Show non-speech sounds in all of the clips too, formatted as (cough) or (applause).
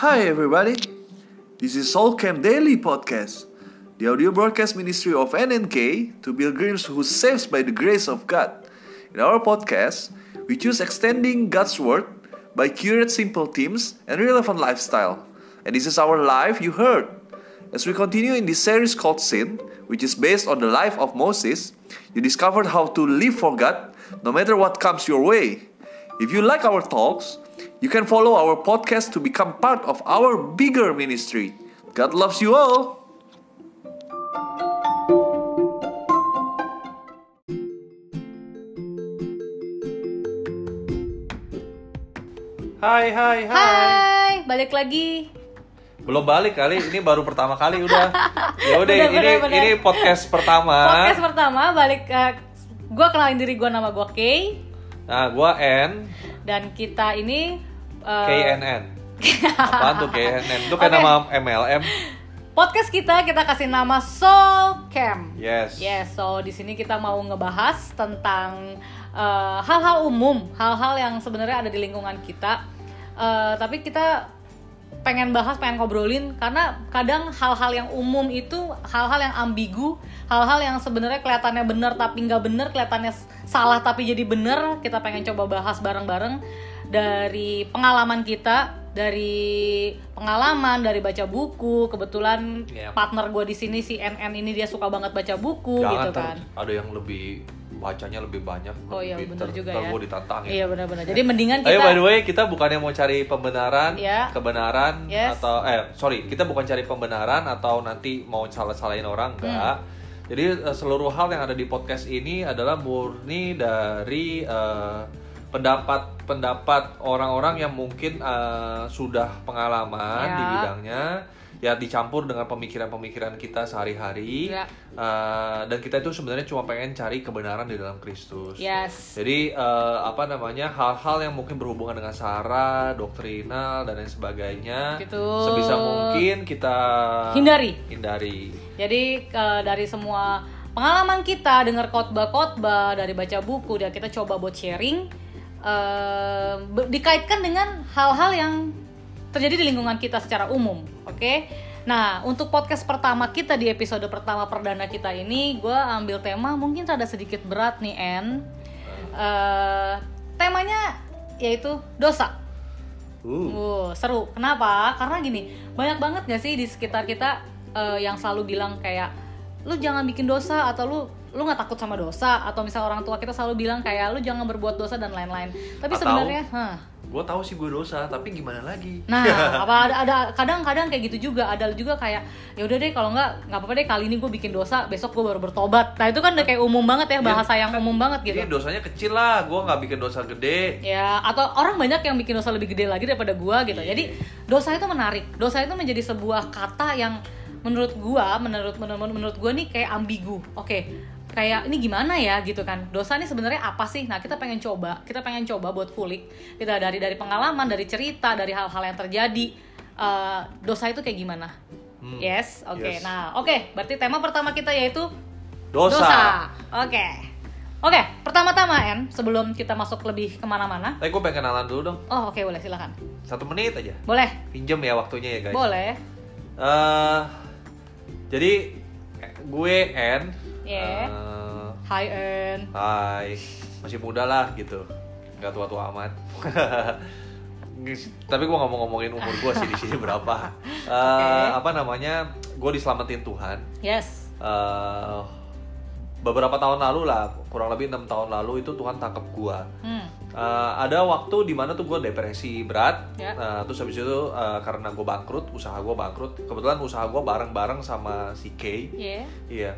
Hi, everybody. This is Soul Camp Daily Podcast, the audio broadcast ministry of NNK to pilgrims who saves by the grace of God. In our podcast, we choose extending God's word by curate simple themes and relevant lifestyle. And this is our life you heard. As we continue in this series called Sin, which is based on the life of Moses, you discovered how to live for God no matter what comes your way. If you like our talks, you can follow our podcast to become part of our bigger ministry. God loves you all. Hai, hai, hai. Hai, balik lagi. Belum balik kali, ini baru pertama kali udah. Ya udah, Bener, ini bener, bener. ini podcast ah. pertama. Podcast pertama balik ke gua kenalin diri gua nama gua Kay Nah, gua N, dan kita ini eh, KNN. Apaan tuh KNN? Itu kayak Oke. nama MLM. podcast kita kita kasih nama Soul Camp. Yes. Yes, so di sini kita mau ngebahas tentang eh, hal-hal umum, hal-hal yang sebenarnya ada di lingkungan kita. Eh, tapi kita pengen bahas, pengen ngobrolin karena kadang hal-hal yang umum itu hal-hal yang ambigu, hal-hal yang sebenarnya kelihatannya benar tapi nggak benar, kelihatannya s- salah tapi jadi benar. Kita pengen coba bahas bareng-bareng dari pengalaman kita, dari pengalaman, dari baca buku. Kebetulan Yep. partner gue di sini si NN ini dia suka banget baca buku Jangan gitu ter- kan. ada yang lebih bacanya lebih banyak. Oh iya lebih bener pinter. juga Ntar ya. gua ditantangin. Iya benar-benar. Jadi mendingan Ayo by the kita way, kita bukannya mau cari pembenaran, Iya. kebenaran Yes. atau eh sorry, kita bukan cari pembenaran atau nanti mau salah-salahin orang Hmm. enggak. Jadi eh, seluruh hal yang ada di podcast ini adalah murni dari eh, pendapat-pendapat orang-orang yang mungkin eh, sudah pengalaman di Ya. bidangnya ya dicampur dengan pemikiran-pemikiran kita sehari-hari. Ya. Eh, dan kita itu sebenarnya cuma pengen cari kebenaran di dalam Kristus. Ya, Yes. Jadi eh, apa namanya hal-hal yang mungkin berhubungan dengan sara, doktrinal dan lain sebagainya, Gitu. sebisa mungkin kita Iya. hindari. hindari. Jadi eh, dari semua pengalaman kita dengar khotbah-khotbah dari baca buku dan kita coba buat sharing eh, be- dikaitkan dengan hal-hal yang terjadi di lingkungan kita secara umum, oke? Nah, untuk podcast pertama kita di episode pertama perdana kita ini, gue ambil tema mungkin rada sedikit berat nih, En. Eh, temanya yaitu dosa. Uh, Wuh, seru. Kenapa? Karena gini, banyak banget gak sih di sekitar kita eh, yang selalu bilang kayak lu jangan bikin dosa atau lu lu nggak takut sama dosa atau misal orang tua kita selalu bilang kayak lu jangan berbuat dosa dan lain-lain. Tapi Atau- sebenarnya, hah. gue tahu sih gue dosa, tapi gimana lagi? Nah, apa ada ada kadang-kadang kayak gitu juga, ada juga kayak ya udah deh kalau nggak nggak apa-apa deh kali ini gue bikin dosa, besok gue baru bertobat. Nah, itu kan udah kayak umum banget ya bahasa yang umum banget gitu. Jadi dosanya kecil lah, gue nggak bikin dosa gede. Ya, atau orang banyak yang bikin dosa lebih gede lagi daripada gua gitu. Iya. Jadi dosa itu menarik. Dosa itu menjadi sebuah kata yang menurut gua, menurut menurut menurut gua nih kayak ambigu. Oke. Kayak ini gimana ya gitu kan. Dosa ini sebenarnya apa sih? Nah, kita pengen coba, kita pengen coba buat kulik. Kita dari dari pengalaman, dari cerita, dari hal-hal yang terjadi eh, dosa itu kayak gimana? Hmm. Yes, oke. Yes. Nah, oke, berarti tema pertama kita yaitu Dosa. Oke. Oke, pertama-tama En, sebelum kita masuk lebih kemana-mana. Tapi gue Eh, pengen kenalan dulu dong, Oh oke boleh silakan. satu menit aja. Boleh, Pinjem ya waktunya ya guys. boleh. Eh, jadi eh, gue N. Yeah. eh, Hi En. Hai, masih muda lah gitu, nggak tua-tua amat. (laughs) Tapi gua nggak mau ngomongin umur gua sih di sini berapa. Eh, Apa namanya? Gue diselamatin Tuhan. Yes. Eh, beberapa tahun lalu lah, kurang lebih enam tahun lalu itu Tuhan tangkap gua. Hmm. Eh, ada waktu di mana tuh gue depresi berat, Ya. Eh, terus habis itu eh, karena gue bangkrut, usaha gue bangkrut. Kebetulan usaha gue bareng-bareng sama si Kay. Yeah. Iya,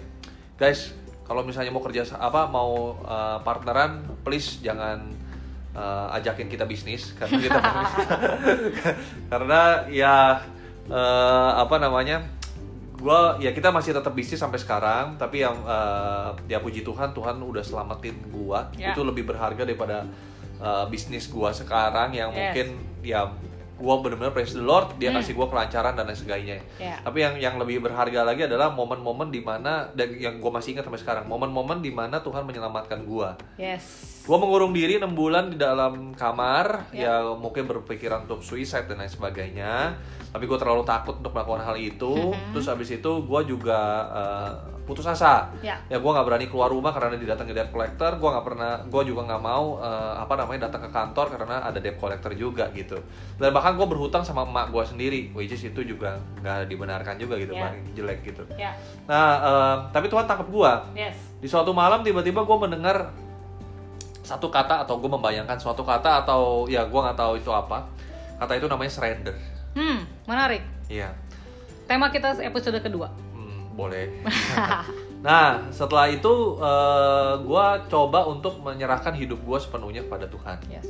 guys, kalau misalnya mau kerja sa- apa mau uh, partneran, please jangan uh, ajakin kita bisnis karena (laughs) kita (laughs) karena ya uh, apa namanya, gua ya kita masih tetap bisnis sampai sekarang, tapi yang uh, ya puji Tuhan Tuhan udah selamatin gua, Ya. itu lebih berharga daripada uh, bisnis gua eh, sekarang yang Yes. mungkin ya gua bener-bener praise the Lord dia kasih gua kelancaran dan lain sebagainya Iya. tapi yang yang lebih berharga lagi adalah momen-momen dimana dan yang gua masih ingat sampai sekarang momen-momen dimana Tuhan menyelamatkan gua Yes. Gua mengurung diri 6 bulan di dalam kamar, Ya. ya mungkin berpikiran untuk suicide dan lain sebagainya. Tapi gue terlalu takut untuk melakukan hal itu. Mm-hmm. Terus abis itu gue juga eh, putus asa. Ya. Ya gue nggak berani keluar rumah karena didatangi debt collector. Gue nggak pernah, gue juga nggak mau eh, apa namanya datang ke kantor karena ada debt collector juga gitu. Dan bahkan gue berhutang sama emak gue sendiri, which is itu juga nggak dibenarkan juga gitu, Ya. bang jelek gitu. Ya. Nah, eh, tapi Tuhan tangkap gue Yes. di suatu malam tiba-tiba gue mendengar satu kata atau gue membayangkan suatu kata atau ya gue nggak tahu itu apa kata itu namanya surrender Hmm, menarik. iya Tema kita episode kedua. hmm, boleh nah setelah itu eh, gua gue coba untuk menyerahkan hidup gue sepenuhnya kepada Tuhan Yes.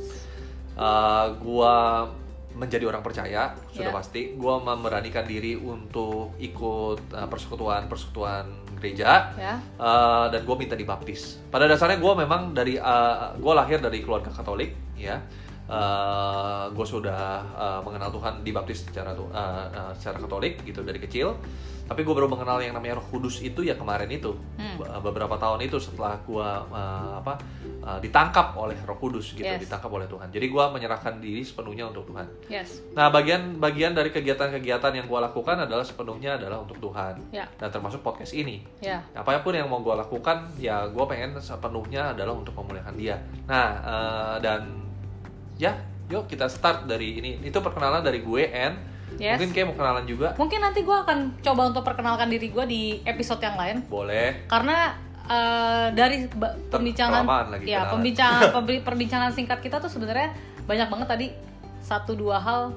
Eh, gua menjadi orang percaya sudah Ya. pasti gua memberanikan diri untuk ikut eh, persekutuan persekutuan gereja Ya. Uh, dan gue minta dibaptis. Pada dasarnya gue memang dari uh, gue lahir dari keluarga Katolik, ya. Uh, gue sudah uh, mengenal Tuhan dibaptis secara tu- uh, uh, secara Katolik gitu dari kecil. Tapi gue baru mengenal yang namanya Roh Kudus itu ya kemarin itu Hmm. Be- eh, beberapa tahun itu setelah gue uh, apa uh, ditangkap oleh Roh Kudus gitu, Yes. ditangkap oleh Tuhan. Jadi gue menyerahkan diri sepenuhnya untuk Tuhan. Yes. Nah, bagian-bagian dari kegiatan-kegiatan yang gue lakukan adalah sepenuhnya adalah untuk Tuhan Ya. dan termasuk podcast ini Ya. apapun yang mau gue lakukan ya gue pengen sepenuhnya adalah untuk memuliakan dia nah eh, dan ya yuk kita start dari ini itu perkenalan dari gue and Yes. mungkin kayak mau kenalan juga Mungkin nanti gue akan coba untuk perkenalkan diri gue di episode yang lain boleh karena eh, dari ba- Ter- pembincangan kelamaan lagi ya kenalan. (laughs) pembincangan pembi- perbincangan singkat kita tuh sebenarnya banyak banget tadi satu dua hal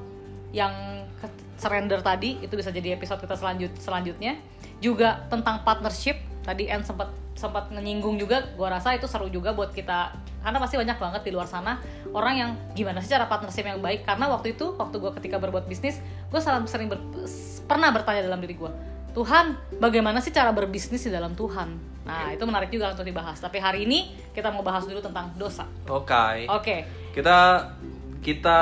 yang ke- surrender tadi itu bisa jadi episode kita selanjut selanjutnya juga tentang partnership tadi Anne sempat sempat menyinggung juga gua rasa itu seru juga buat kita karena pasti banyak banget di luar sana orang yang gimana sih cara partnership yang baik karena waktu itu waktu gua ketika berbuat bisnis gue sering ber- pernah bertanya dalam diri gua Tuhan bagaimana sih cara berbisnis di dalam Tuhan nah itu menarik juga untuk dibahas tapi hari ini kita mau bahas dulu tentang dosa oke oke kita kita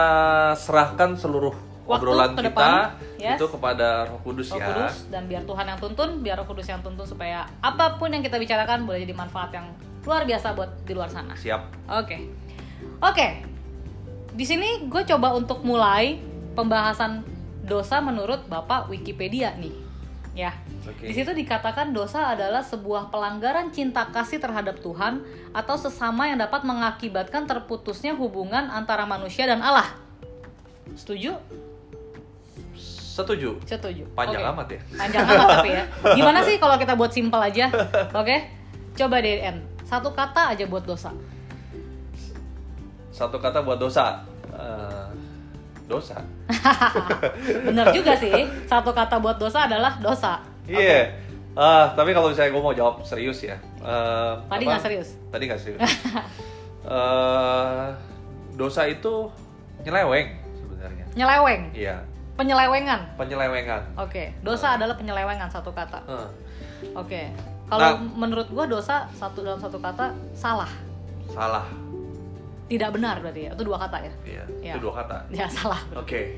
serahkan seluruh Waktu obrolan ke kita depan, yes. itu kepada Roh Kudus Roh ya Kudus dan biar Tuhan yang tuntun, biar Roh Kudus yang tuntun supaya apapun yang kita bicarakan boleh jadi manfaat yang luar biasa buat di luar sana. Oke, siap oke. Di sini gue coba untuk mulai pembahasan dosa menurut Bapak Wikipedia nih, ya. oke Di situ dikatakan dosa adalah sebuah pelanggaran cinta kasih terhadap Tuhan atau sesama yang dapat mengakibatkan terputusnya hubungan antara manusia dan Allah. Setuju? setuju Setuju. panjang Oke. amat ya panjang amat tapi (laughs) ya gimana sih kalau kita buat simpel aja oke coba deh N satu kata aja buat dosa satu kata buat dosa Eh, dosa (laughs) bener juga sih satu kata buat dosa adalah dosa Iya. Ah, tapi kalau misalnya gue mau jawab serius ya. eh, Tadi apa? nggak serius? Tadi nggak (laughs) serius. Eh, dosa itu nyeleweng sebenarnya. nyeleweng Iya, penyelewengan penyelewengan. oke dosa adalah penyelewengan satu kata Eh, oke kalau Nah. menurut gua dosa satu dalam satu kata salah salah. tidak benar berarti ya itu dua kata ya (laughs) Iya, Iya. itu dua kata. ya salah Oke.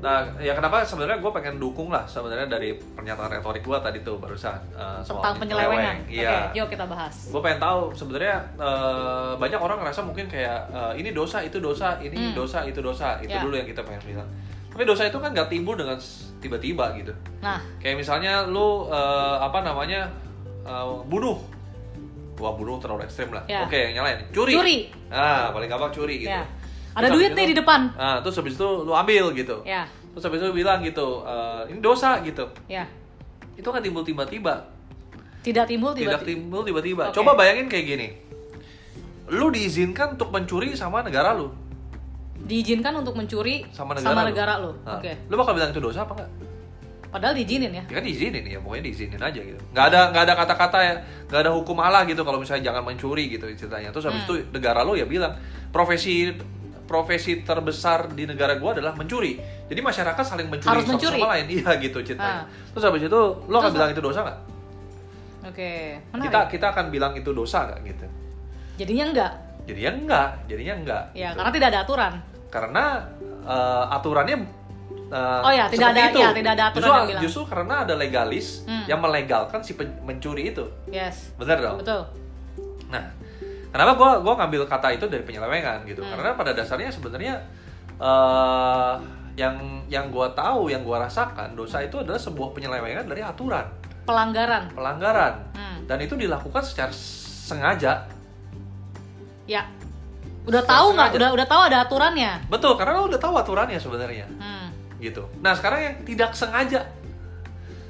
Nah, ya kenapa sebenarnya gue pengen dukung lah sebenarnya dari pernyataan retorik gue tadi tuh barusan eh, soal tentang penyelewengan nyeleweng. oke Iya. yuk kita bahas gue pengen tahu sebenarnya eh, banyak orang ngerasa mungkin kayak eh, ini dosa itu dosa ini Hmm. dosa itu dosa itu Ya. dulu yang kita pengen bilang tapi dosa itu kan gak timbul dengan s- tiba-tiba gitu nah kayak misalnya lu eh, apa namanya eh, bunuh wah bunuh terlalu ekstrim lah Ya. oke yang nyalain curi Curi. ah paling gampang curi gitu ya ada Terus duit habis nih itu- di depan ah terus habis itu lu ambil gitu ya terus habis itu bilang gitu eh, ini dosa gitu ya itu kan timbul tiba-tiba tidak timbul tidak tiba-tiba timbul tiba-tiba. Oke. Coba bayangin kayak gini. Lu diizinkan untuk mencuri sama negara lu, diizinkan untuk mencuri sama negara lu. lo. Nah, Oke. Lu bakal bilang itu dosa apa enggak? Padahal diizinin ya. Ya kan diizinin ya, pokoknya diizinin aja gitu. Nggak ada nggak ada kata-kata ya, nggak ada hukum Allah gitu kalau misalnya jangan mencuri gitu ceritanya. Terus habis itu Hmm. negara lu ya bilang profesi profesi terbesar di negara gua adalah mencuri. Jadi masyarakat saling mencuri Harus satu mencuri. sama lain. Iya gitu Ah. ceritanya. Terus habis itu lu akan Terus- bilang itu dosa nggak? Oke. Kita Menarik. kita akan bilang itu dosa nggak gitu. Jadinya enggak. Jadinya enggak, jadinya enggak. Ya, gitu. karena tidak ada aturan. karena eh, aturannya eh, Oh ya, tidak seperti ada- ya, tidak ada aturan justru, yang bilang. justru karena ada legalis Hmm. yang melegalkan si pen- mencuri itu, Yes. benar dong? Betul. Nah, kenapa gua gua ngambil kata itu dari penyelewengan gitu? Hmm. Karena pada dasarnya sebenarnya eh yang yang gua tahu, yang gua rasakan dosa itu adalah sebuah penyelewengan dari aturan, Pelanggaran. pelanggaran. Hmm. Dan itu dilakukan secara sengaja. Ya. Udah tahu nggak? Sengaja. Udah udah tahu ada aturannya. Betul, karena lo udah tahu aturannya sebenarnya Hmm. gitu. Nah, sekarang yang tidak sengaja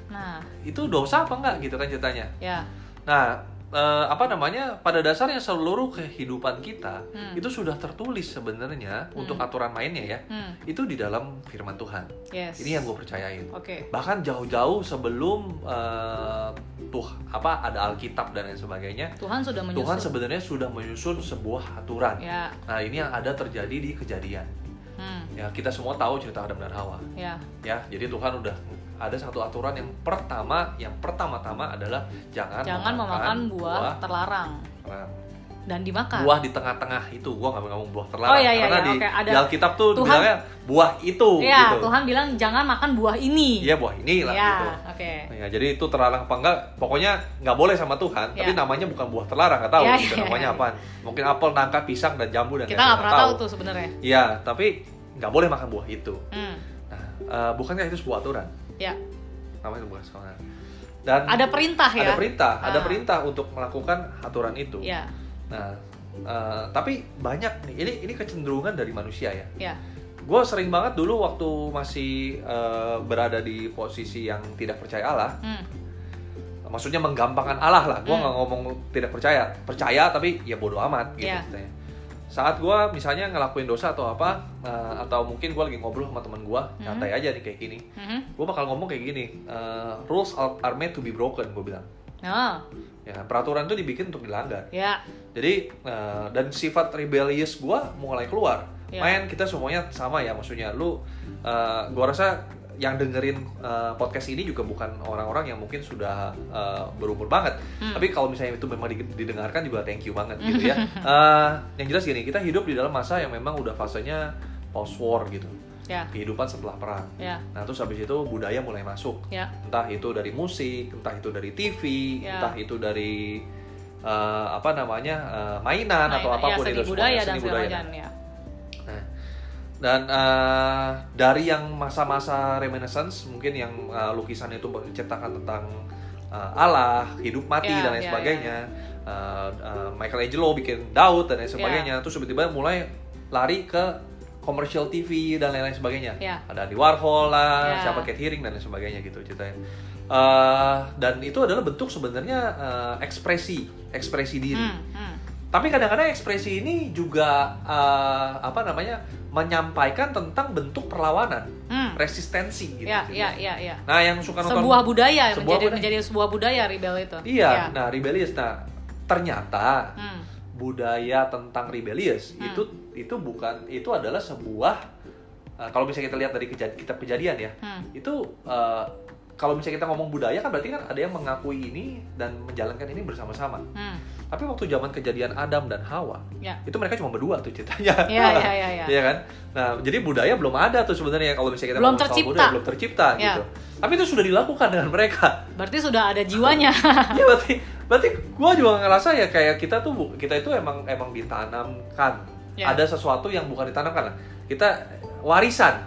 Nah, itu dosa apa enggak gitu kan ceritanya. ya. Nah, eh, apa namanya? Pada dasarnya seluruh kehidupan kita Hmm. itu sudah tertulis sebenarnya untuk aturan mainnya ya. Hmm. itu di dalam firman Tuhan. Yes. Ini yang gue percayain. Oke. Bahkan jauh-jauh sebelum eh, tuh apa ada Alkitab dan lain sebagainya, Tuhan sudah Tuhan menyusun. sebenarnya sudah menyusun sebuah aturan. Ya. Nah ini yang ada terjadi di kejadian. Hmm. Ya kita semua tahu cerita Adam dan Hawa. Ya. Ya jadi Tuhan udah ada satu aturan yang pertama, yang pertama-tama adalah jangan, Nah, Jangan memakan buah, terlarang terlarang. dan dimakan. buah di tengah-tengah itu gua nggak ngomong buah terlarang Oh, iya, iya, karena iya, di, oke, ada- di Alkitab tuh Tuhan- bilangnya buah itu ya, gitu. Tuhan bilang jangan makan buah ini. Iya buah ini lah Ya, gitu. oke. Ya, jadi itu terlarang apa enggak? Pokoknya nggak boleh sama Tuhan. Tapi Ya. namanya bukan buah terlarang, nggak tahu Ya, gitu ya. namanya apa. Mungkin apel, nangka, pisang dan jambu dan Kita lain-lain, nggak pernah tahu tuh sebenarnya. Iya, tapi nggak boleh makan buah itu. Hmm. Nah, eh, bukannya itu sebuah aturan? Ya. Namanya bukan sebuah aturan. Dan Ada perintah ya. Kan ada perintah, ada Ah. perintah untuk melakukan aturan itu. Ya. Nah, eh, tapi banyak nih. Ini ini kecenderungan dari manusia ya. Ya. Gue sering banget dulu waktu masih eh, berada di posisi yang tidak percaya Allah. Hmm. maksudnya menggampangkan Allah lah gue Hmm. nggak ngomong tidak percaya percaya tapi ya bodoh amat gitu Iya. ceritanya. saat gue misalnya ngelakuin dosa atau apa eh, atau mungkin gue lagi ngobrol sama teman gue Hmm. nyantai aja nih kayak gini Mhm. gue bakal ngomong kayak gini eh, rules are are made to be broken gue bilang Oh, ya peraturan itu dibikin untuk dilanggar ya. jadi eh, dan sifat rebellious gue mulai keluar Iya. main kita semuanya sama ya maksudnya lu gue rasa yang dengerin eh, podcast ini juga bukan orang-orang yang mungkin sudah eh, berumur banget Hmm. tapi kalau misalnya itu memang di- didengarkan juga thank you banget gitu ya (laughs) Eh, yang jelas gini kita hidup di dalam masa yang memang udah fasenya post war gitu Ya. kehidupan setelah perang Ya. nah terus habis itu budaya mulai masuk Ya. entah itu dari musik, entah itu dari TV, Ya. entah itu dari eh, apa namanya eh, mainan, atau Nah, apapun ya, seni itu budaya semuanya, dan seni segala budaya. macam ya. Nah, dan eh, dari yang masa-masa Reminiscence mungkin yang eh, lukisan itu menceritakan tentang eh, Allah, hidup mati Ya, dan ya, lain Ya. sebagainya. Eh, eh, Michelangelo bikin Daud dan lain sebagainya. Terus tiba-tiba mulai lari ke commercial TV dan lain-lain sebagainya. Ya. Ada di Warhol lah, Ya. siapa Cat Hearing dan lain sebagainya gitu ceritanya. Eh, dan itu adalah bentuk sebenarnya eh, ekspresi, ekspresi diri Hmm, hmm. tapi kadang-kadang ekspresi ini juga eh, apa namanya menyampaikan tentang bentuk perlawanan Hmm. resistensi gitu Ya, ya, ya, ya. nah yang suka nonton Sebuah budaya yang sebuah menjadi budaya. menjadi sebuah budaya rebel itu. iya Ya. nah rebellious nah ternyata Hmm. budaya tentang rebellious Hmm. itu itu bukan itu adalah sebuah eh, kalau bisa kita lihat dari kejad- kitab kejadian ya Hmm. itu eh, kalau misalnya kita ngomong budaya kan berarti kan ada yang mengakui ini dan menjalankan ini bersama-sama Hmm. tapi waktu zaman kejadian Adam dan Hawa (laughs) Ya. itu mereka cuma berdua tuh ceritanya Ya, (laughs) ya, ya, ya. Iya kan? Nah, jadi budaya belum ada tuh sebenarnya kalau misalnya kita Belum ngomong soal tercipta. budaya, belum tercipta Ya. gitu. Tapi itu sudah dilakukan dengan (laughs) mereka. Berarti sudah ada (laughs) jiwanya. Iya berarti berarti gua juga ngerasa ya kayak kita tuh bu- kita itu emang emang ditanamkan. Ya. Ada sesuatu yang bukan ditanamkan. lah. Kita warisan.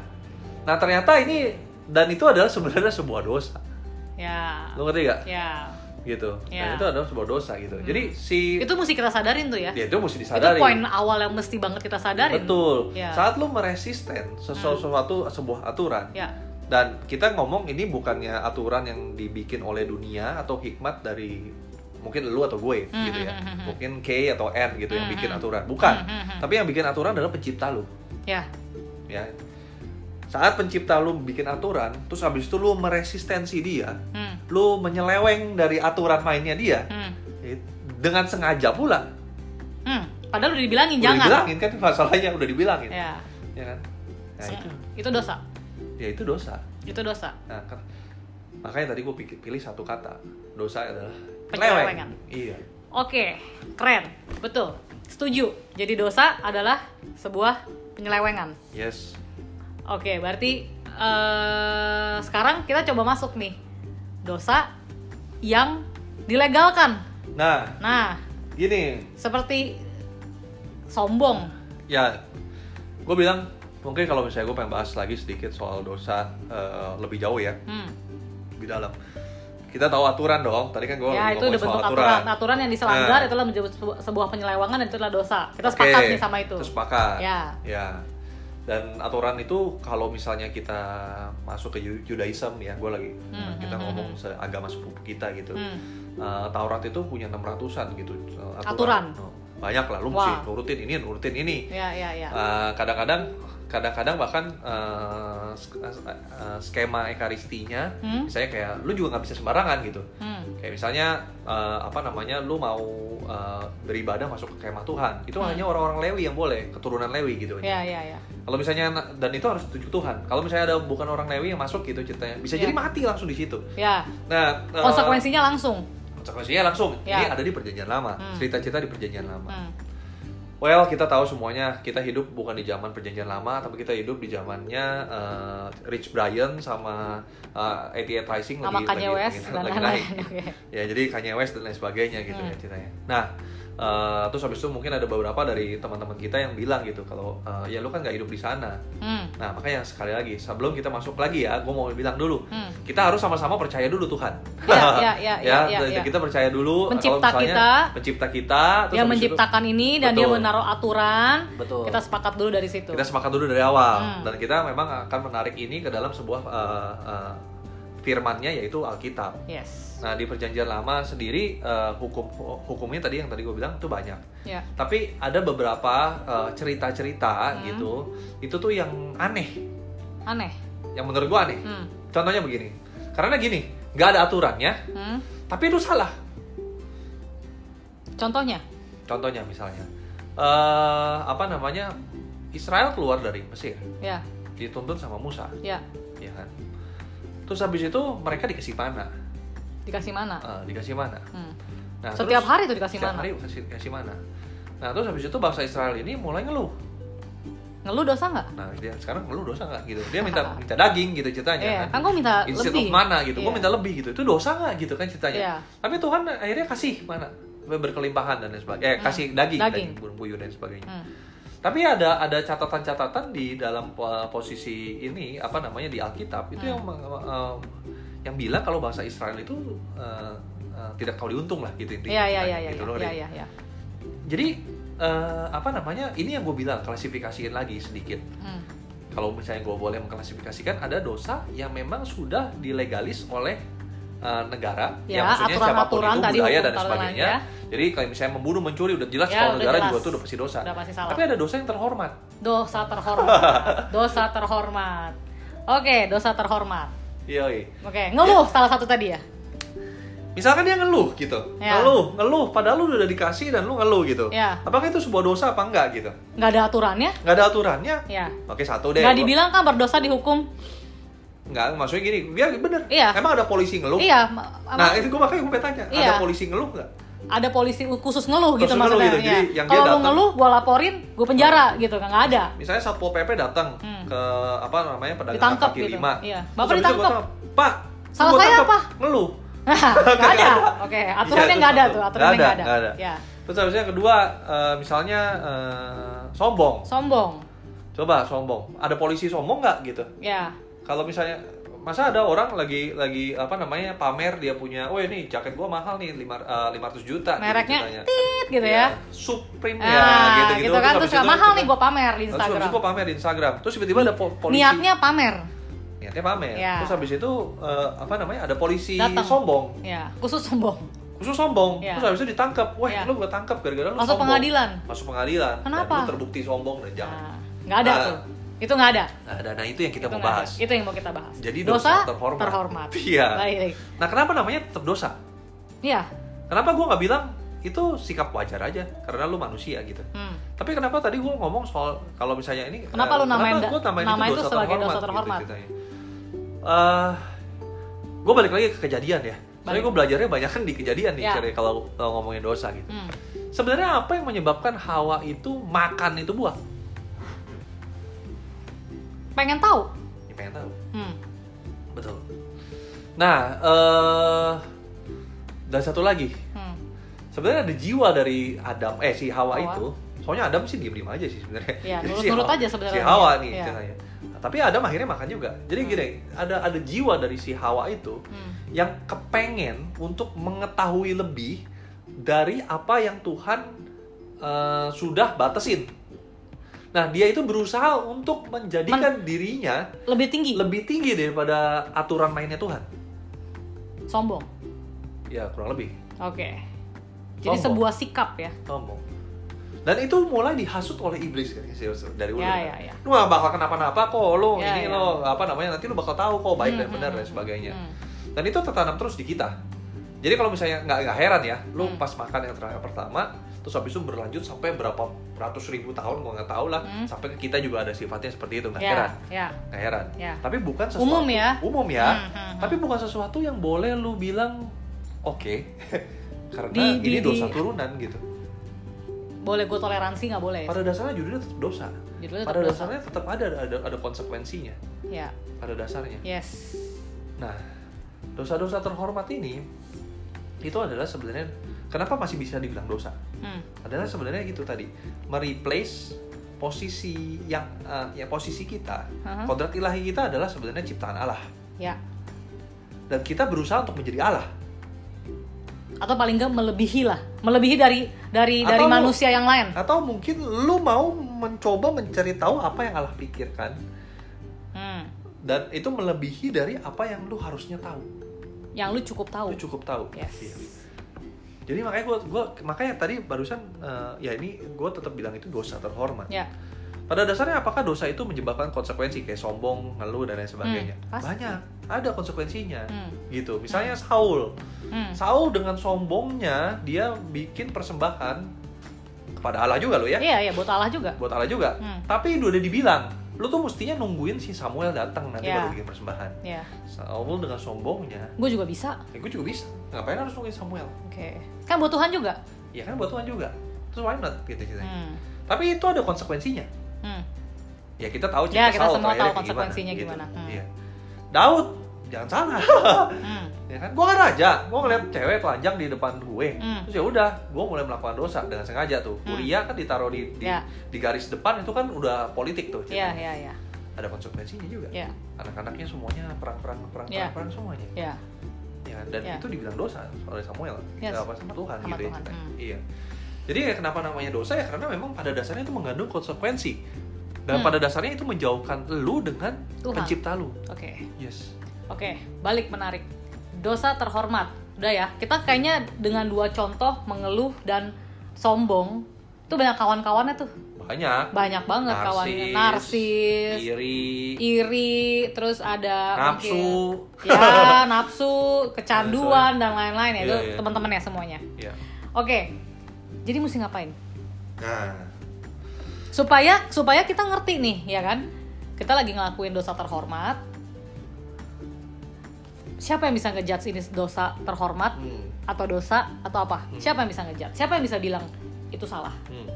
Nah, ternyata ini dan itu adalah sebenarnya sebuah dosa. ya. Lo ngerti gak? Ya. Gitu. Ya. Dan itu adalah sebuah dosa gitu. Jadi si Hmm. Itu mesti kita sadarin tuh ya. ya, itu mesti Itu disadari. poin awal yang mesti banget kita sadarin. Betul. Ya. Hmm. Saat lu meresisten sesu- sesuatu sebuah aturan. Ya. Dan kita ngomong ini bukannya aturan yang dibikin oleh dunia atau hikmat dari mungkin lu atau gue Hmm, gitu ya. hmm, hmm, hmm. Mungkin K atau N gitu yang Hmm, bikin hmm. aturan. Bukan. Hmm, hmm, hmm. Tapi yang bikin aturan adalah pencipta lu, Ya. ya. Saat pencipta lu bikin aturan, terus habis itu lu meresistensi dia, Hmm. lu menyeleweng dari aturan mainnya dia Hmm. eh, dengan sengaja pula. Hmm. Padahal udah dibilangin Udah jangan. dibilangin kan masalahnya udah dibilangin. Ya. Ya kan? Nah, Se- itu, itu dosa. ya itu dosa. Itu dosa. Nah, kan- makanya tadi gue pilih satu kata. Dosa adalah Penyelewengan. leweng. Iya. Oke, keren. Betul. Setuju. Jadi dosa adalah sebuah penyelewengan. Yes. Oke, berarti eh, sekarang kita coba masuk nih dosa yang dilegalkan. Nah, Nah, gini, seperti sombong. ya gue bilang mungkin kalau misalnya gue pengen bahas lagi sedikit soal dosa eh, lebih jauh ya Hmm. di dalam. Kita tahu aturan dong. Tadi kan gue Ya itu udah bentuk aturan. Aturan yang diselanggar Nah. itulah menjadi sebu- sebuah penyelewangan dan itu adalah dosa. Kita Oke, sepakat nih sama itu. Kita sepakat. Ya. Dan aturan itu kalau misalnya kita masuk ke Ju- Judaism ya, gue lagi Hmm, kita hmm, ngomong se- agama sepupu kita gitu. Hmm. Eh, Taurat itu punya 600-an gitu eh, Aturan. aturan. Oh, Banyak lah, lu Wah. mesti nurutin ini, nurutin ini. Ya, ya, ya. Eh, kadang-kadang kadang-kadang bahkan eh, sk- eh, skema ekaristinya Hmm. misalnya kayak lu juga nggak bisa sembarangan gitu. Hmm. Kayak misalnya eh, apa namanya lu mau eh, beribadah masuk ke kemah Tuhan, itu Hmm. hanya orang-orang Lewi yang boleh, keturunan Lewi gitu. Ya, ya, ya. Kalau misalnya dan itu harus tujuh Tuhan. Kalau misalnya ada bukan orang Lewi yang masuk gitu ceritanya, bisa Ya. jadi mati langsung di situ. Ya. Nah, eh, Konsekuensinya langsung. konsekuensinya langsung Ya. ini ada di perjanjian lama, Hmm. cerita-cerita di perjanjian lama. Hmm. Well, kita tahu semuanya, kita hidup bukan di zaman perjanjian lama, tapi kita hidup di zamannya eh, Rich Brian sama uh, Rising Sama lagi Kanye lagi- West lagi- dan lagi lain-lain. naik Oke. ya jadi Kanye West dan lain sebagainya gitu Hmm. ya ceritanya nah eh, terus habis itu mungkin ada beberapa dari teman-teman kita yang bilang gitu kalau eh, ya lu kan nggak hidup di sana Hmm. nah makanya sekali lagi sebelum kita masuk lagi ya gue mau bilang dulu Hmm. kita harus sama-sama percaya dulu Tuhan Ya, ya, (laughs) ya, ya, Ya, ya, ya. kita percaya dulu eh, Pencipta kalau misalnya kita. Iya, pencipta kita terus Dia habis itu menciptakan ini dan dia Betul. menaruh aturan. Betul. Kita sepakat dulu dari situ. kita sepakat dulu dari Hmm. awal dan kita memang akan menarik ini ke dalam sebuah eh, eh, firmannya yaitu Alkitab Yes. Nah di perjanjian lama sendiri eh, hukum hukumnya tadi yang tadi gue bilang itu banyak. Ya. Tapi ada beberapa eh, cerita-cerita Hmm. gitu, itu tuh yang aneh, Aneh. yang menurut gue aneh. Hmm. Contohnya begini, karena gini, nggak ada aturannya, Hmm. tapi lu salah. Contohnya? Contohnya misalnya, eh, apa namanya Israel keluar dari Mesir, Ya. dituntun sama Musa, Ya. ya kan. Terus habis itu mereka dikasih mana, Dikasih mana? Eh, dikasih mana. Hmm. Nah, Setiap terus- hari tuh dikasih Setiap mana? hari kasih, kasih mana. Nah terus habis itu bangsa Israel ini mulai ngeluh. Ngeluh dosa nggak? Nah dia sekarang ngeluh dosa nggak gitu. Dia (laughs) minta minta daging gitu ceritanya. Iya, kan kan. gue minta Instead lebih. of mana gitu. Gue Iya. minta lebih gitu. Itu dosa nggak gitu kan ceritanya. Iya. Tapi Tuhan akhirnya kasih mana berkelimpahan dan lain sebagainya. Eh Hmm. kasih daging, Daging. burung puyuh dan sebagainya. Hmm. Tapi ada ada catatan-catatan di dalam uh, posisi ini apa namanya di Alkitab itu Hmm. yang meng- uh, yang bilang kalau bahasa Israel itu uh, uh, tidak kau diuntung lah gitu intinya. Iya, iya, iya, ceritanya, iya, gitu loh, iya, Rin iya, iya. jadi eh, apa namanya ini yang gue bilang klasifikasiin lagi sedikit Hmm. kalau misalnya gue boleh mengklasifikasikan ada dosa yang memang sudah dilegalis oleh eh, negara Ya, yang maksudnya aturan-aturan siapapun itu tadi, budaya hukum dan tata sebagainya lainnya. jadi kalau misalnya membunuh mencuri udah jelas Ya, kalau udah negara jelas. juga tuh udah pasti dosa Udah pasti salah. tapi ada dosa yang terhormat Dosa (laughs) terhormat. dosa terhormat. Oke, dosa terhormat. iya iya. Oke, ngeluh salah satu tadi ya? misalkan dia ngeluh gitu Ya. ngeluh ngeluh padahal lu udah dikasih dan lu ngeluh gitu Ya. apakah itu sebuah dosa apa enggak gitu Nggak ada aturannya? nggak ada aturannya Ya. oke satu deh Nggak Gua- dibilang kan berdosa dihukum? Enggak, maksudnya gini, dia bener. Iya. Emang ada polisi ngeluh? Iya. ma- ma- Nah, itu gue makanya gue pengen tanya, Iya. ada polisi ngeluh nggak? ada polisi khusus ngeluh gitu Khusus ngeluh maksudnya. gitu, ya. jadi yang dia Kalau lu datang- ngeluh, gue laporin, gue penjara gitu kan nggak ada. (laughs) Misalnya satpol pp datang Hmm. ke apa namanya pedagang Ditangkep kaki gitu. lima. Iya. Terus Bapak habis itu gua ditangkep. tanya, Pak, Salah gua saya tangkep." apa? Ngeluh. (laughs) nggak ada. Oke, aturannya Iya, nggak ada itu tuh, satu. aturannya Nggak nggak ada, ada. nggak ada. Ya. Terus habisnya yang kedua, eh, misalnya eh, sombong. Sombong. Coba sombong. Ada polisi sombong nggak gitu? Ya. Kalau misalnya masa ada orang lagi lagi apa namanya pamer dia punya, oh ini jaket gua mahal nih lima eh, 500 juta. gitu Mereknya ceritanya. tit gitu Iya, ya. Supreme ya, Ah, gitu, gitu, kan terus nggak mahal nih gue pamer di Terus habis Instagram. itu gua pamer di Instagram. Terus tiba-tiba ada po- polisi. Niatnya pamer. Niatnya pamer. Ya. Terus habis itu eh, apa namanya? Ada polisi Datang. sombong. Ya, khusus sombong. Khusus sombong. Ya. Terus habis itu ditangkap. Wah, Ya. lu gua tangkap gara-gara lu Masuk sombong. pengadilan. Masuk pengadilan. Dan Kenapa? lu terbukti sombong dan jangan. Nah, nggak ada Nah. tuh. Itu nggak ada. Nah, dan nah itu yang kita Itu mau nggak ada. bahas. Itu yang mau kita bahas. Jadi dosa terhormat. (laughs) Iya. Baik. Nah, kenapa namanya tetap dosa? Iya. Kenapa gua nggak bilang itu sikap wajar aja karena lu manusia gitu. Hmm. Tapi kenapa tadi gue ngomong soal kalau misalnya ini Kenapa lu namain da- gua nama itu sebagai dosa gitu, terhormat? gue Eh, balik lagi ke kejadian ya. Soalnya Balik. gue belajarnya banyak kan di kejadian nih Ya. cara kalau kalau ngomongin dosa gitu. Hmm. Sebenarnya apa yang menyebabkan Hawa itu makan itu buah? pengen tahu Ya, pengen tahu. hmm. Betul. Nah, eh dan satu lagi. Hmm. Sebenarnya ada jiwa dari Adam eh si Hawa, Hawa. itu. Soalnya Adam sih diem-diem aja sih sebenarnya. Iya, (laughs) Jadi nurut-nurut Hawa- aja sebenarnya. Si Hawa nih Iya. ceritanya. Nah, tapi Adam akhirnya makan juga. Jadi gini, ada ada jiwa dari si Hawa itu Hmm. yang kepengen untuk mengetahui lebih dari apa yang Tuhan eh, sudah batasin. Nah, dia itu berusaha untuk menjadikan dirinya lebih tinggi lebih tinggi daripada aturan mainnya Tuhan. sombong Ya kurang lebih. oke jadi sebuah Sombong. sikap ya Sombong. Dan itu mulai dihasut oleh iblis kan serius, dari dulu. Ya, kan. ya, ya. Lu gak bakal kenapa-napa kok lu Ya, ini ya. lo apa namanya nanti lu bakal tahu kok baik dan Hmm, benar hmm, dan sebagainya. hmm. Dan itu tertanam terus di kita. Jadi kalau misalnya nggak nggak heran ya, lu Hmm. pas makan yang terakhir pertama, terus habis itu berlanjut sampai berapa ratus ribu tahun gua nggak tahu lah, Hmm. sampai ke kita juga ada sifatnya seperti itu nggak ya heran. ya Nggak heran. Ya. Tapi bukan sesuatu Umum ya. Umum ya. Hmm, hmm, hmm. Tapi bukan sesuatu yang boleh lu bilang oke (laughs) karena Di- di- ini dosa di- turunan gitu. boleh gue toleransi nggak boleh Pada dasarnya judulnya tetap dosa. Iya. Judulnya tetap Pada dosa. dasarnya tetap ada, ada ada konsekuensinya. ya Pada dasarnya. yes Nah, dosa-dosa terhormat ini itu adalah sebenarnya kenapa masih bisa dibilang dosa? hmm. Adalah sebenarnya gitu tadi, mereplace posisi yang eh, ya posisi kita. Aha. Kodrat ilahi kita adalah sebenarnya ciptaan Allah ya dan kita berusaha untuk menjadi Allah. atau paling nggak melebihi lah melebihi dari dari dari Atau- manusia yang lain Atau mungkin lu mau mencoba mencari tahu apa yang Allah pikirkan hmm. dan itu melebihi dari apa yang lu harusnya tahu. yang lu cukup tahu Lu cukup tahu. yes Iya. Jadi makanya gua gua makanya tadi barusan eh, ya ini gua tetap bilang itu dosa terhormat. ya Pada dasarnya apakah dosa itu menyebabkan konsekuensi kayak sombong, ngeluh dan lain sebagainya? Hmm, pasti. Banyak, ada konsekuensinya. Hmm. Gitu. Misalnya Saul. Hmm. Saul dengan sombongnya dia bikin persembahan kepada Allah juga lo ya. iya iya buat Allah juga Buat Allah juga. Hmm. Tapi udah dibilang, lu tuh mestinya nungguin si Samuel datang nanti Ya. baru bikin persembahan. ya Saul dengan sombongnya, gue juga bisa ya gue juga bisa. Ngapain harus nungguin Samuel? oke kan buat Tuhan juga Ya kan buat Tuhan juga. Terus why not gitu ceritanya. hmm. Tapi itu ada konsekuensinya. Hmm. ya kita tahu Ya, cerita kita Saul semua tahu terakhirnya kayak konsekuensinya gitu. gimana. Hmm. Iya. Daud jangan salah Hmm. ya kan gue kan raja gue ngeliat cewek telanjang di depan gue Hmm. terus ya udah gue mulai melakukan dosa dengan sengaja tuh Hmm. Uria kan ditaruh di di, Ya. di garis depan itu kan udah politik tuh ya ceritanya. ya ya ada konsekuensinya juga ya anak-anaknya semuanya perang-perang Ya. perang-perang perang semuanya ya ya kan? dan Ya. itu dibilang dosa oleh Samuel Yes. Nggak apa sama Tuhan Sama gitu ya Tuhan. ceritanya. Hmm. iya jadi ya kenapa namanya dosa ya karena memang pada dasarnya itu mengandung konsekuensi dan Hmm. pada dasarnya itu menjauhkan lu dengan Tuhan. pencipta lu oke yes Oke, balik menarik. Dosa terhormat. Udah ya, kita kayaknya dengan dua contoh mengeluh dan sombong, itu banyak kawan-kawannya tuh. banyak Banyak banget kawannya. Narsis, Iya. Iya, iri iri, terus ada Nafsu. mungkin- (laughs) Ya, nafsu, kecanduan dan lain-lain ya. Iya, Itu iya. teman-teman ya semuanya. ya Oke. Jadi mesti ngapain? nah supaya supaya kita ngerti nih ya kan kita lagi ngelakuin dosa terhormat siapa yang bisa ngejudge ini dosa terhormat Hmm. atau dosa atau apa siapa yang bisa ngejudge siapa yang bisa bilang itu salah hmm.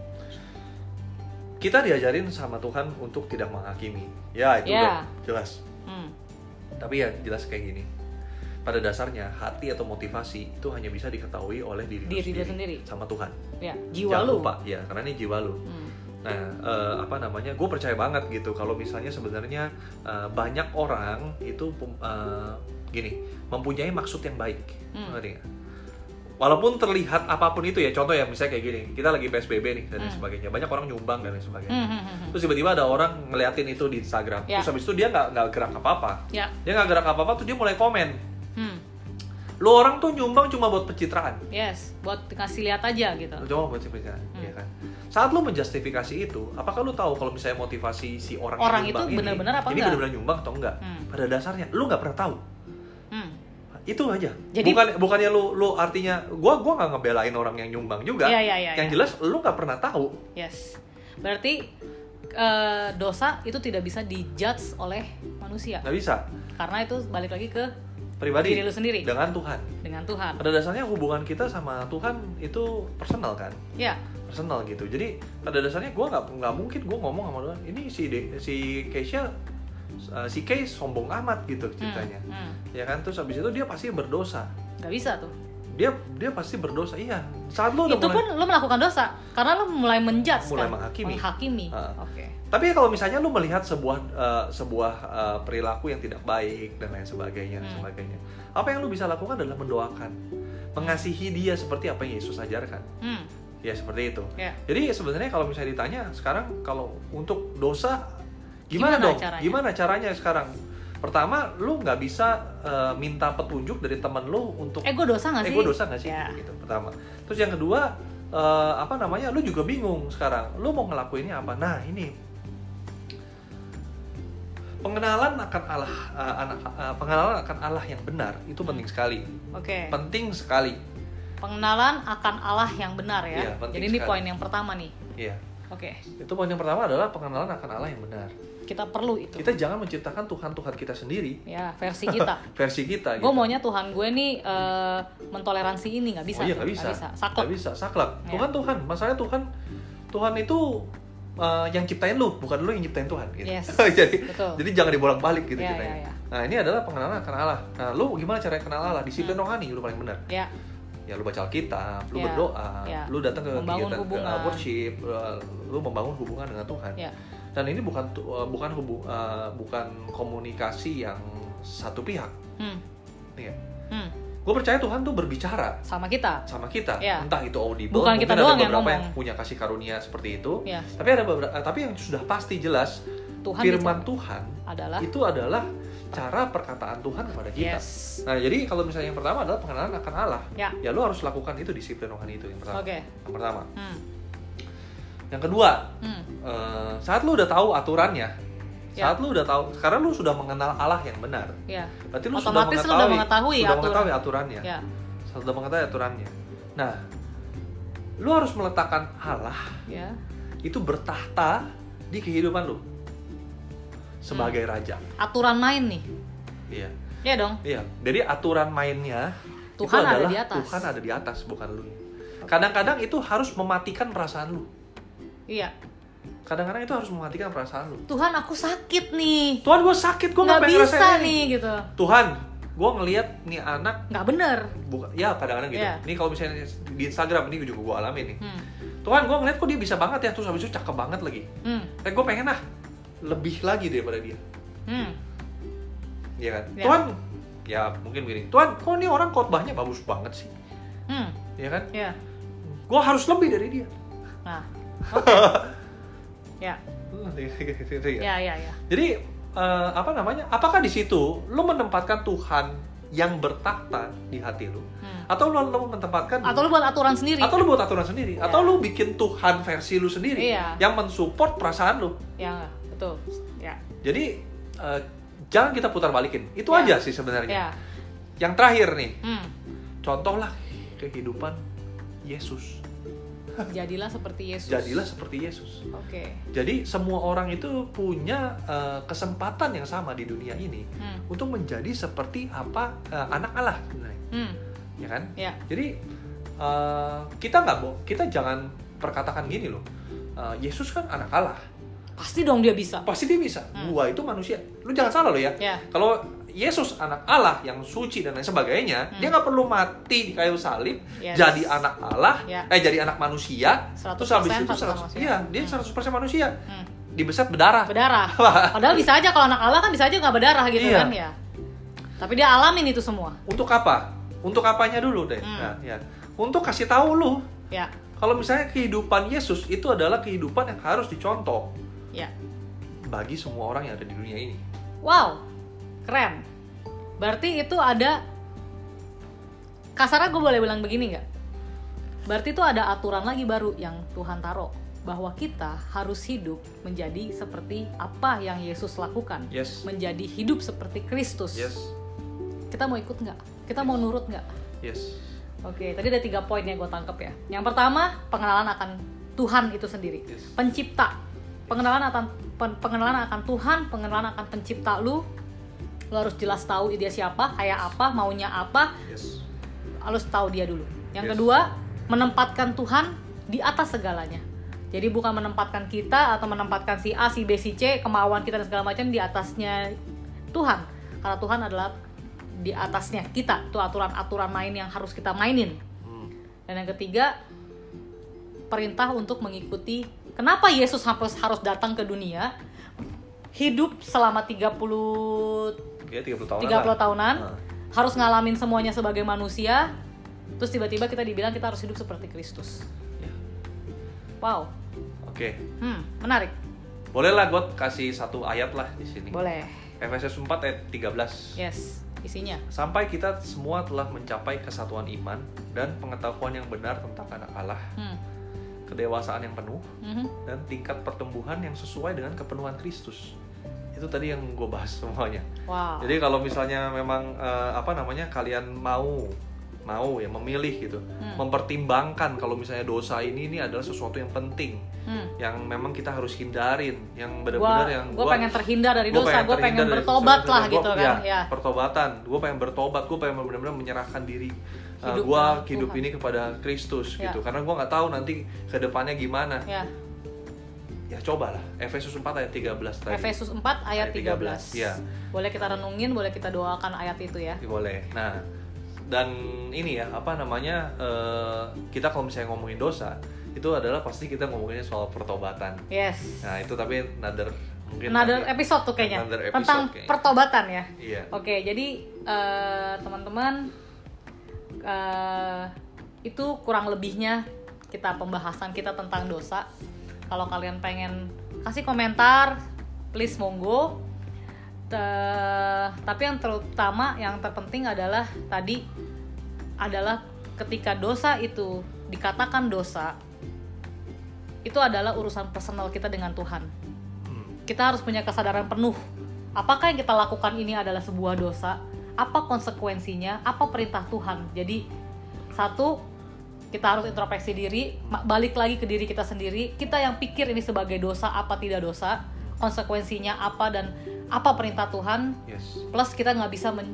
kita diajarin sama Tuhan untuk tidak menghakimi ya itu Ya. udah jelas hmm. Tapi ya jelas kayak gini. Pada dasarnya hati atau motivasi itu hanya bisa diketahui oleh diri, lu Diri lu sendiri, sendiri. sama Tuhan. ya jiwa Jangan lu lupa ya, karena ini jiwa lu. Hmm. Nah, eh, apa namanya? Gue percaya banget gitu kalau misalnya sebenarnya eh, banyak orang itu pem- eh, gini, mempunyai maksud yang baik. Hmm. Ngerti nggak? Walaupun terlihat apapun itu ya, contoh ya misalnya kayak gini, kita lagi PSBB nih dan lain Hmm. sebagainya, banyak orang nyumbang dan lain sebagainya. Hmm, hmm, hmm, hmm. Terus tiba-tiba ada orang ngeliatin itu di Instagram, Ya. terus habis itu dia nggak nggak gerak apa-apa, ya dia nggak gerak apa-apa tuh dia mulai komen hmm. lo orang tuh nyumbang cuma buat pencitraan yes buat dikasih lihat aja gitu Lu cuma buat pencitraan ya kan saat lo menjustifikasi itu apakah lo tahu kalau misalnya motivasi si orang, yang Orang itu nyumbang ini, benar-benar apa ini enggak? benar-benar nyumbang atau enggak Hmm. pada dasarnya lo nggak pernah tahu hmm. itu aja Jadi- bukan bukannya lo lo artinya gua gua nggak ngebelain orang yang nyumbang juga Iya, iya, iya, yang iya. jelas lo nggak pernah tahu yes berarti eh, dosa itu tidak bisa dijudge oleh manusia nggak bisa karena itu balik lagi ke pribadi Diri lu sendiri. dengan Tuhan dengan Tuhan pada dasarnya hubungan kita sama Tuhan itu personal kan ya personal gitu jadi pada dasarnya gue nggak nggak mungkin gue ngomong sama dia ini si De- si Keisha eh, si Kay sombong amat gitu ceritanya Hmm, hmm. ya kan terus habis itu dia pasti berdosa Gak bisa tuh. dia dia pasti berdosa iya saat lo udah Itu mulai- pun lo melakukan dosa karena lo mulai menjudge Mulai kan? menghakimi. Menghakimi. Ah. Oke. Tapi kalau misalnya lu melihat sebuah eh, sebuah eh, perilaku yang tidak baik dan lain sebagainya dan Hmm. sebagainya, apa yang lu bisa lakukan adalah mendoakan, mengasihi dia seperti apa yang Yesus ajarkan, Hmm. ya seperti itu. Ya. Jadi sebenarnya kalau misalnya ditanya sekarang kalau untuk dosa Gimana gimana, dong? caranya? Gimana caranya sekarang? Pertama, lu nggak bisa eh, minta petunjuk dari teman lu untuk Eh gue dosa gak eh sih? gue dosa nggak sih Ya. gitu pertama terus yang kedua eh, apa namanya lu juga bingung sekarang lu mau ngelakuinnya apa nah ini pengenalan akan Allah eh, anak eh, pengenalan akan Allah yang benar itu penting sekali Oke. penting sekali Pengenalan akan Allah yang benar ya. Iya, penting Jadi ini sekali. poin yang pertama nih. Iya Oke. itu poin yang pertama adalah pengenalan akan Allah yang benar Kita perlu itu. kita jangan menciptakan Tuhan Tuhan kita sendiri Ya versi (laughs) kita. versi gue kita gitu. maunya Tuhan gue nih eh, mentoleransi ini nggak bisa oh iya tuh, nggak bisa nggak Saklek. Nggak bisa saklek Iya. Tuhan Tuhan masalahnya Tuhan Tuhan itu eh, yang ciptain lu bukan lu yang ciptain Tuhan gitu. Yes, (laughs) jadi betul. jadi jangan dibolak balik gitu Iya, ceritanya. iya, iya. nah ini adalah pengenalan akan Allah nah lu gimana cara kenal Allah disiplin rohani lu paling benar ya ya lu baca Alkitab Hmm. lu Iya, berdoa iya. lu datang ke Membangun kegiatan ke, hubungan. uh, worship uh, lu membangun hubungan dengan Tuhan ya dan ini bukan tu- uh, bukan hubu- uh, bukan komunikasi yang satu pihak hmm, nih hmm, gue percaya Tuhan tuh berbicara sama kita sama kita Iya. entah itu audible Bukan mungkin kita ada doang yang beberapa yang ngomong. punya kasih karunia seperti itu ya tapi ada beberapa eh, tapi yang sudah pasti jelas Tuhan firman itu Tuhan adalah itu adalah cara perkataan Tuhan kepada kita yes nah jadi kalau misalnya yang pertama adalah pengenalan akan Allah ya ya lu harus lakukan itu disiplin rohani itu yang pertama oke yang pertama hmm, yang kedua hmm, eh, saat lu udah tahu aturannya Ya. saat lu udah tahu sekarang lu sudah mengenal Allah yang benar ya berarti lu Otomatis lu udah sudah mengetahui mengetahui sudah aturan. mengetahui aturannya ya sudah mengetahui aturannya. Nah, lu harus meletakkan Allah ya itu bertahta di kehidupan lu Hmm. sebagai raja. aturan main nih Iya. ya dong Iya. Jadi aturan mainnya itu Tuhan ada adalah di atas. Tuhan ada di atas, bukan lu. Kadang-kadang itu harus mematikan perasaan lu. iya Kadang-kadang itu harus mematikan perasaan lu. Tuhan aku sakit nih Tuhan, gue sakit, gue nggak nggak pengen bisa ngerasain ini. nih gitu Tuhan, gue ngelihat nih anak nggak bener buka, ya kadang-kadang gitu. Iya. Ini kalau misalnya di Instagram ini juga gue alamin nih. hmm, Tuhan, gue ngeliat kok dia bisa banget ya, terus habis itu cakep banget lagi. hmm, eh gue pengen ah lebih lagi daripada dia hmm. Iya kan Ya. Tuhan ya mungkin gini Tuhan kok ini orang khotbahnya bagus banget sih hmm, Iya kan ya gue harus lebih dari dia nah oke (laughs) ya Hmm, Iya. ya ya ya jadi eh, apa namanya apakah di situ lu menempatkan Tuhan yang bertahta di hati lu Hmm. atau lu, lu menempatkan atau lu buat aturan sendiri atau lu buat aturan sendiri Iya. atau lu bikin Tuhan versi lu sendiri Iya. yang mensupport perasaan lu ya nggak? betul ya jadi eh, jangan kita putar balikin itu Iya. aja sih sebenarnya ya yang terakhir nih hmm. contohlah kehidupan Yesus. jadilah seperti Yesus Jadilah seperti Yesus. oke Jadi semua orang itu punya eh, kesempatan yang sama di dunia ini hmm. untuk menjadi seperti apa eh, anak Allah sebenarnya, Hmm. ya kan? ya Jadi eh, kita nggak bo- kita jangan perkatakan gini loh. eh, Yesus kan anak Allah, pasti dong dia bisa pasti dia bisa. Hmm. Gua itu manusia. Lu jangan salah loh ya. ya Kalau Yesus anak Allah yang suci dan lain sebagainya, Hmm. dia nggak perlu mati di kayu salib, Yes. jadi anak Allah, Ya. eh jadi anak manusia, 100% terus habis itu pasti 100, manusia. iya, dia 100% manusia, Hmm. dibeset berdarah. berdarah padahal bisa aja kalau anak Allah kan bisa aja nggak berdarah gitu Iya. kan ya tapi dia alamin itu semua (laughs) Untuk apa? Untuk apanya dulu deh. Hmm. Nah, ya. Untuk kasih tahu lu, ya kalau misalnya kehidupan Yesus itu adalah kehidupan yang harus dicontoh ya bagi semua orang yang ada di dunia ini. wow keren berarti itu ada kasarnya gue boleh bilang begini nggak berarti itu ada aturan lagi baru yang Tuhan taruh bahwa kita harus hidup menjadi seperti apa yang Yesus lakukan Yes. menjadi hidup seperti Kristus Yes. kita mau ikut nggak kita mau nurut nggak Yes. Oke, tadi ada tiga poin yang gue tangkap ya. Yang pertama, pengenalan akan Tuhan itu sendiri, Yes. pencipta. Pengenalan akan pen- pengenalan akan Tuhan, pengenalan akan pencipta lu. Lu harus jelas tahu dia siapa, kayak apa, maunya apa, Yes. harus tahu dia dulu. Yang Yes. kedua, menempatkan Tuhan di atas segalanya. Jadi bukan menempatkan kita atau menempatkan si A, si B, si C, kemauan kita dan segala macam di atasnya Tuhan. Karena Tuhan adalah di atasnya kita. Itu aturan-aturan main yang harus kita mainin. Hmm. Dan yang ketiga, perintah untuk mengikuti kenapa Yesus harus harus datang ke dunia, hidup selama 30 Ya 30 tahunan. 30 tahunan Nah. harus ngalamin semuanya sebagai manusia terus tiba-tiba kita dibilang kita harus hidup seperti Kristus Ya. wow Oke. hmm menarik Bolehlah gue kasih satu ayat lah di sini. boleh Ya. Efesus 4 ayat 13. yes isinya Sampai kita semua telah mencapai kesatuan iman dan pengetahuan yang benar tentang anak Allah, hmm. kedewasaan yang penuh, Mhm. dan tingkat pertumbuhan yang sesuai dengan kepenuhan Kristus. Itu tadi yang gue bahas semuanya. wow Jadi kalau misalnya memang eh, apa namanya kalian mau mau ya memilih gitu, Hmm. mempertimbangkan kalau misalnya dosa ini ini adalah sesuatu yang penting hmm. yang memang kita harus hindarin, yang gua benar-benar yang gua pengen terhindar dari gua dosa gua pengen terhindar dari bertobat dosa, lah gua- gitu kan ya, pertobatan gue pengen bertobat gue pengen benar-benar menyerahkan diri uh, Hidup Iya. gue kepada hidup Tuhan. ini kepada Kristus Ya. gitu karena gue nggak tahu nanti kedepannya gimana ya. ya cobalah Efesus 4 ayat 13 tadi Efesus 4 ayat Ayat 13, 13, ya. boleh kita renungin boleh kita doakan ayat itu ya Ya, boleh nah dan ini ya apa namanya eh, kita kalau misalnya ngomongin dosa itu adalah pasti kita ngomonginnya soal pertobatan yes nah itu tapi another mungkin another nanti- episode tuh kayaknya another episode tentang kayaknya. pertobatan ya iya Oke, jadi eh, teman-teman eh, itu kurang lebihnya kita pembahasan kita tentang dosa. Kalau kalian pengen kasih komentar, please monggo. Te- tapi yang terutama, yang terpenting adalah tadi adalah ketika dosa itu dikatakan dosa itu adalah urusan personal kita dengan Tuhan Hmm. kita harus punya kesadaran penuh. Apakah yang kita lakukan ini adalah sebuah dosa? Apa konsekuensinya? Apa perintah Tuhan? Jadi, satu, kita harus introspeksi diri, ma- balik lagi ke diri kita sendiri. Kita yang pikir ini sebagai dosa, apa tidak dosa? Konsekuensinya apa dan apa perintah Tuhan? yes Plus kita nggak bisa men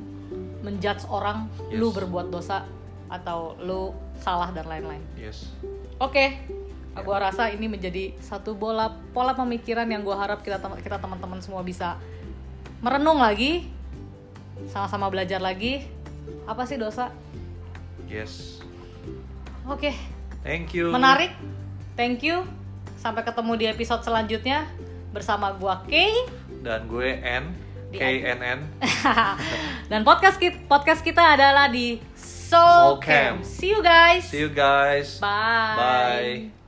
menjudge orang, Yes. lu berbuat dosa atau lu salah dan lain-lain. yes Oke, gua rasa ini menjadi satu bola pola pemikiran yang gua harap kita tem- kita teman-teman semua bisa merenung lagi, sama-sama belajar lagi. Apa sih dosa? yes Oke, thank you menarik. Thank you. Sampai ketemu di episode selanjutnya bersama gua Kay dan gue N Di K N N (laughs) dan podcast kita podcast kita adalah di Soul Soul Camp. Camp. See you guys. see you guys (laughs) Bye. bye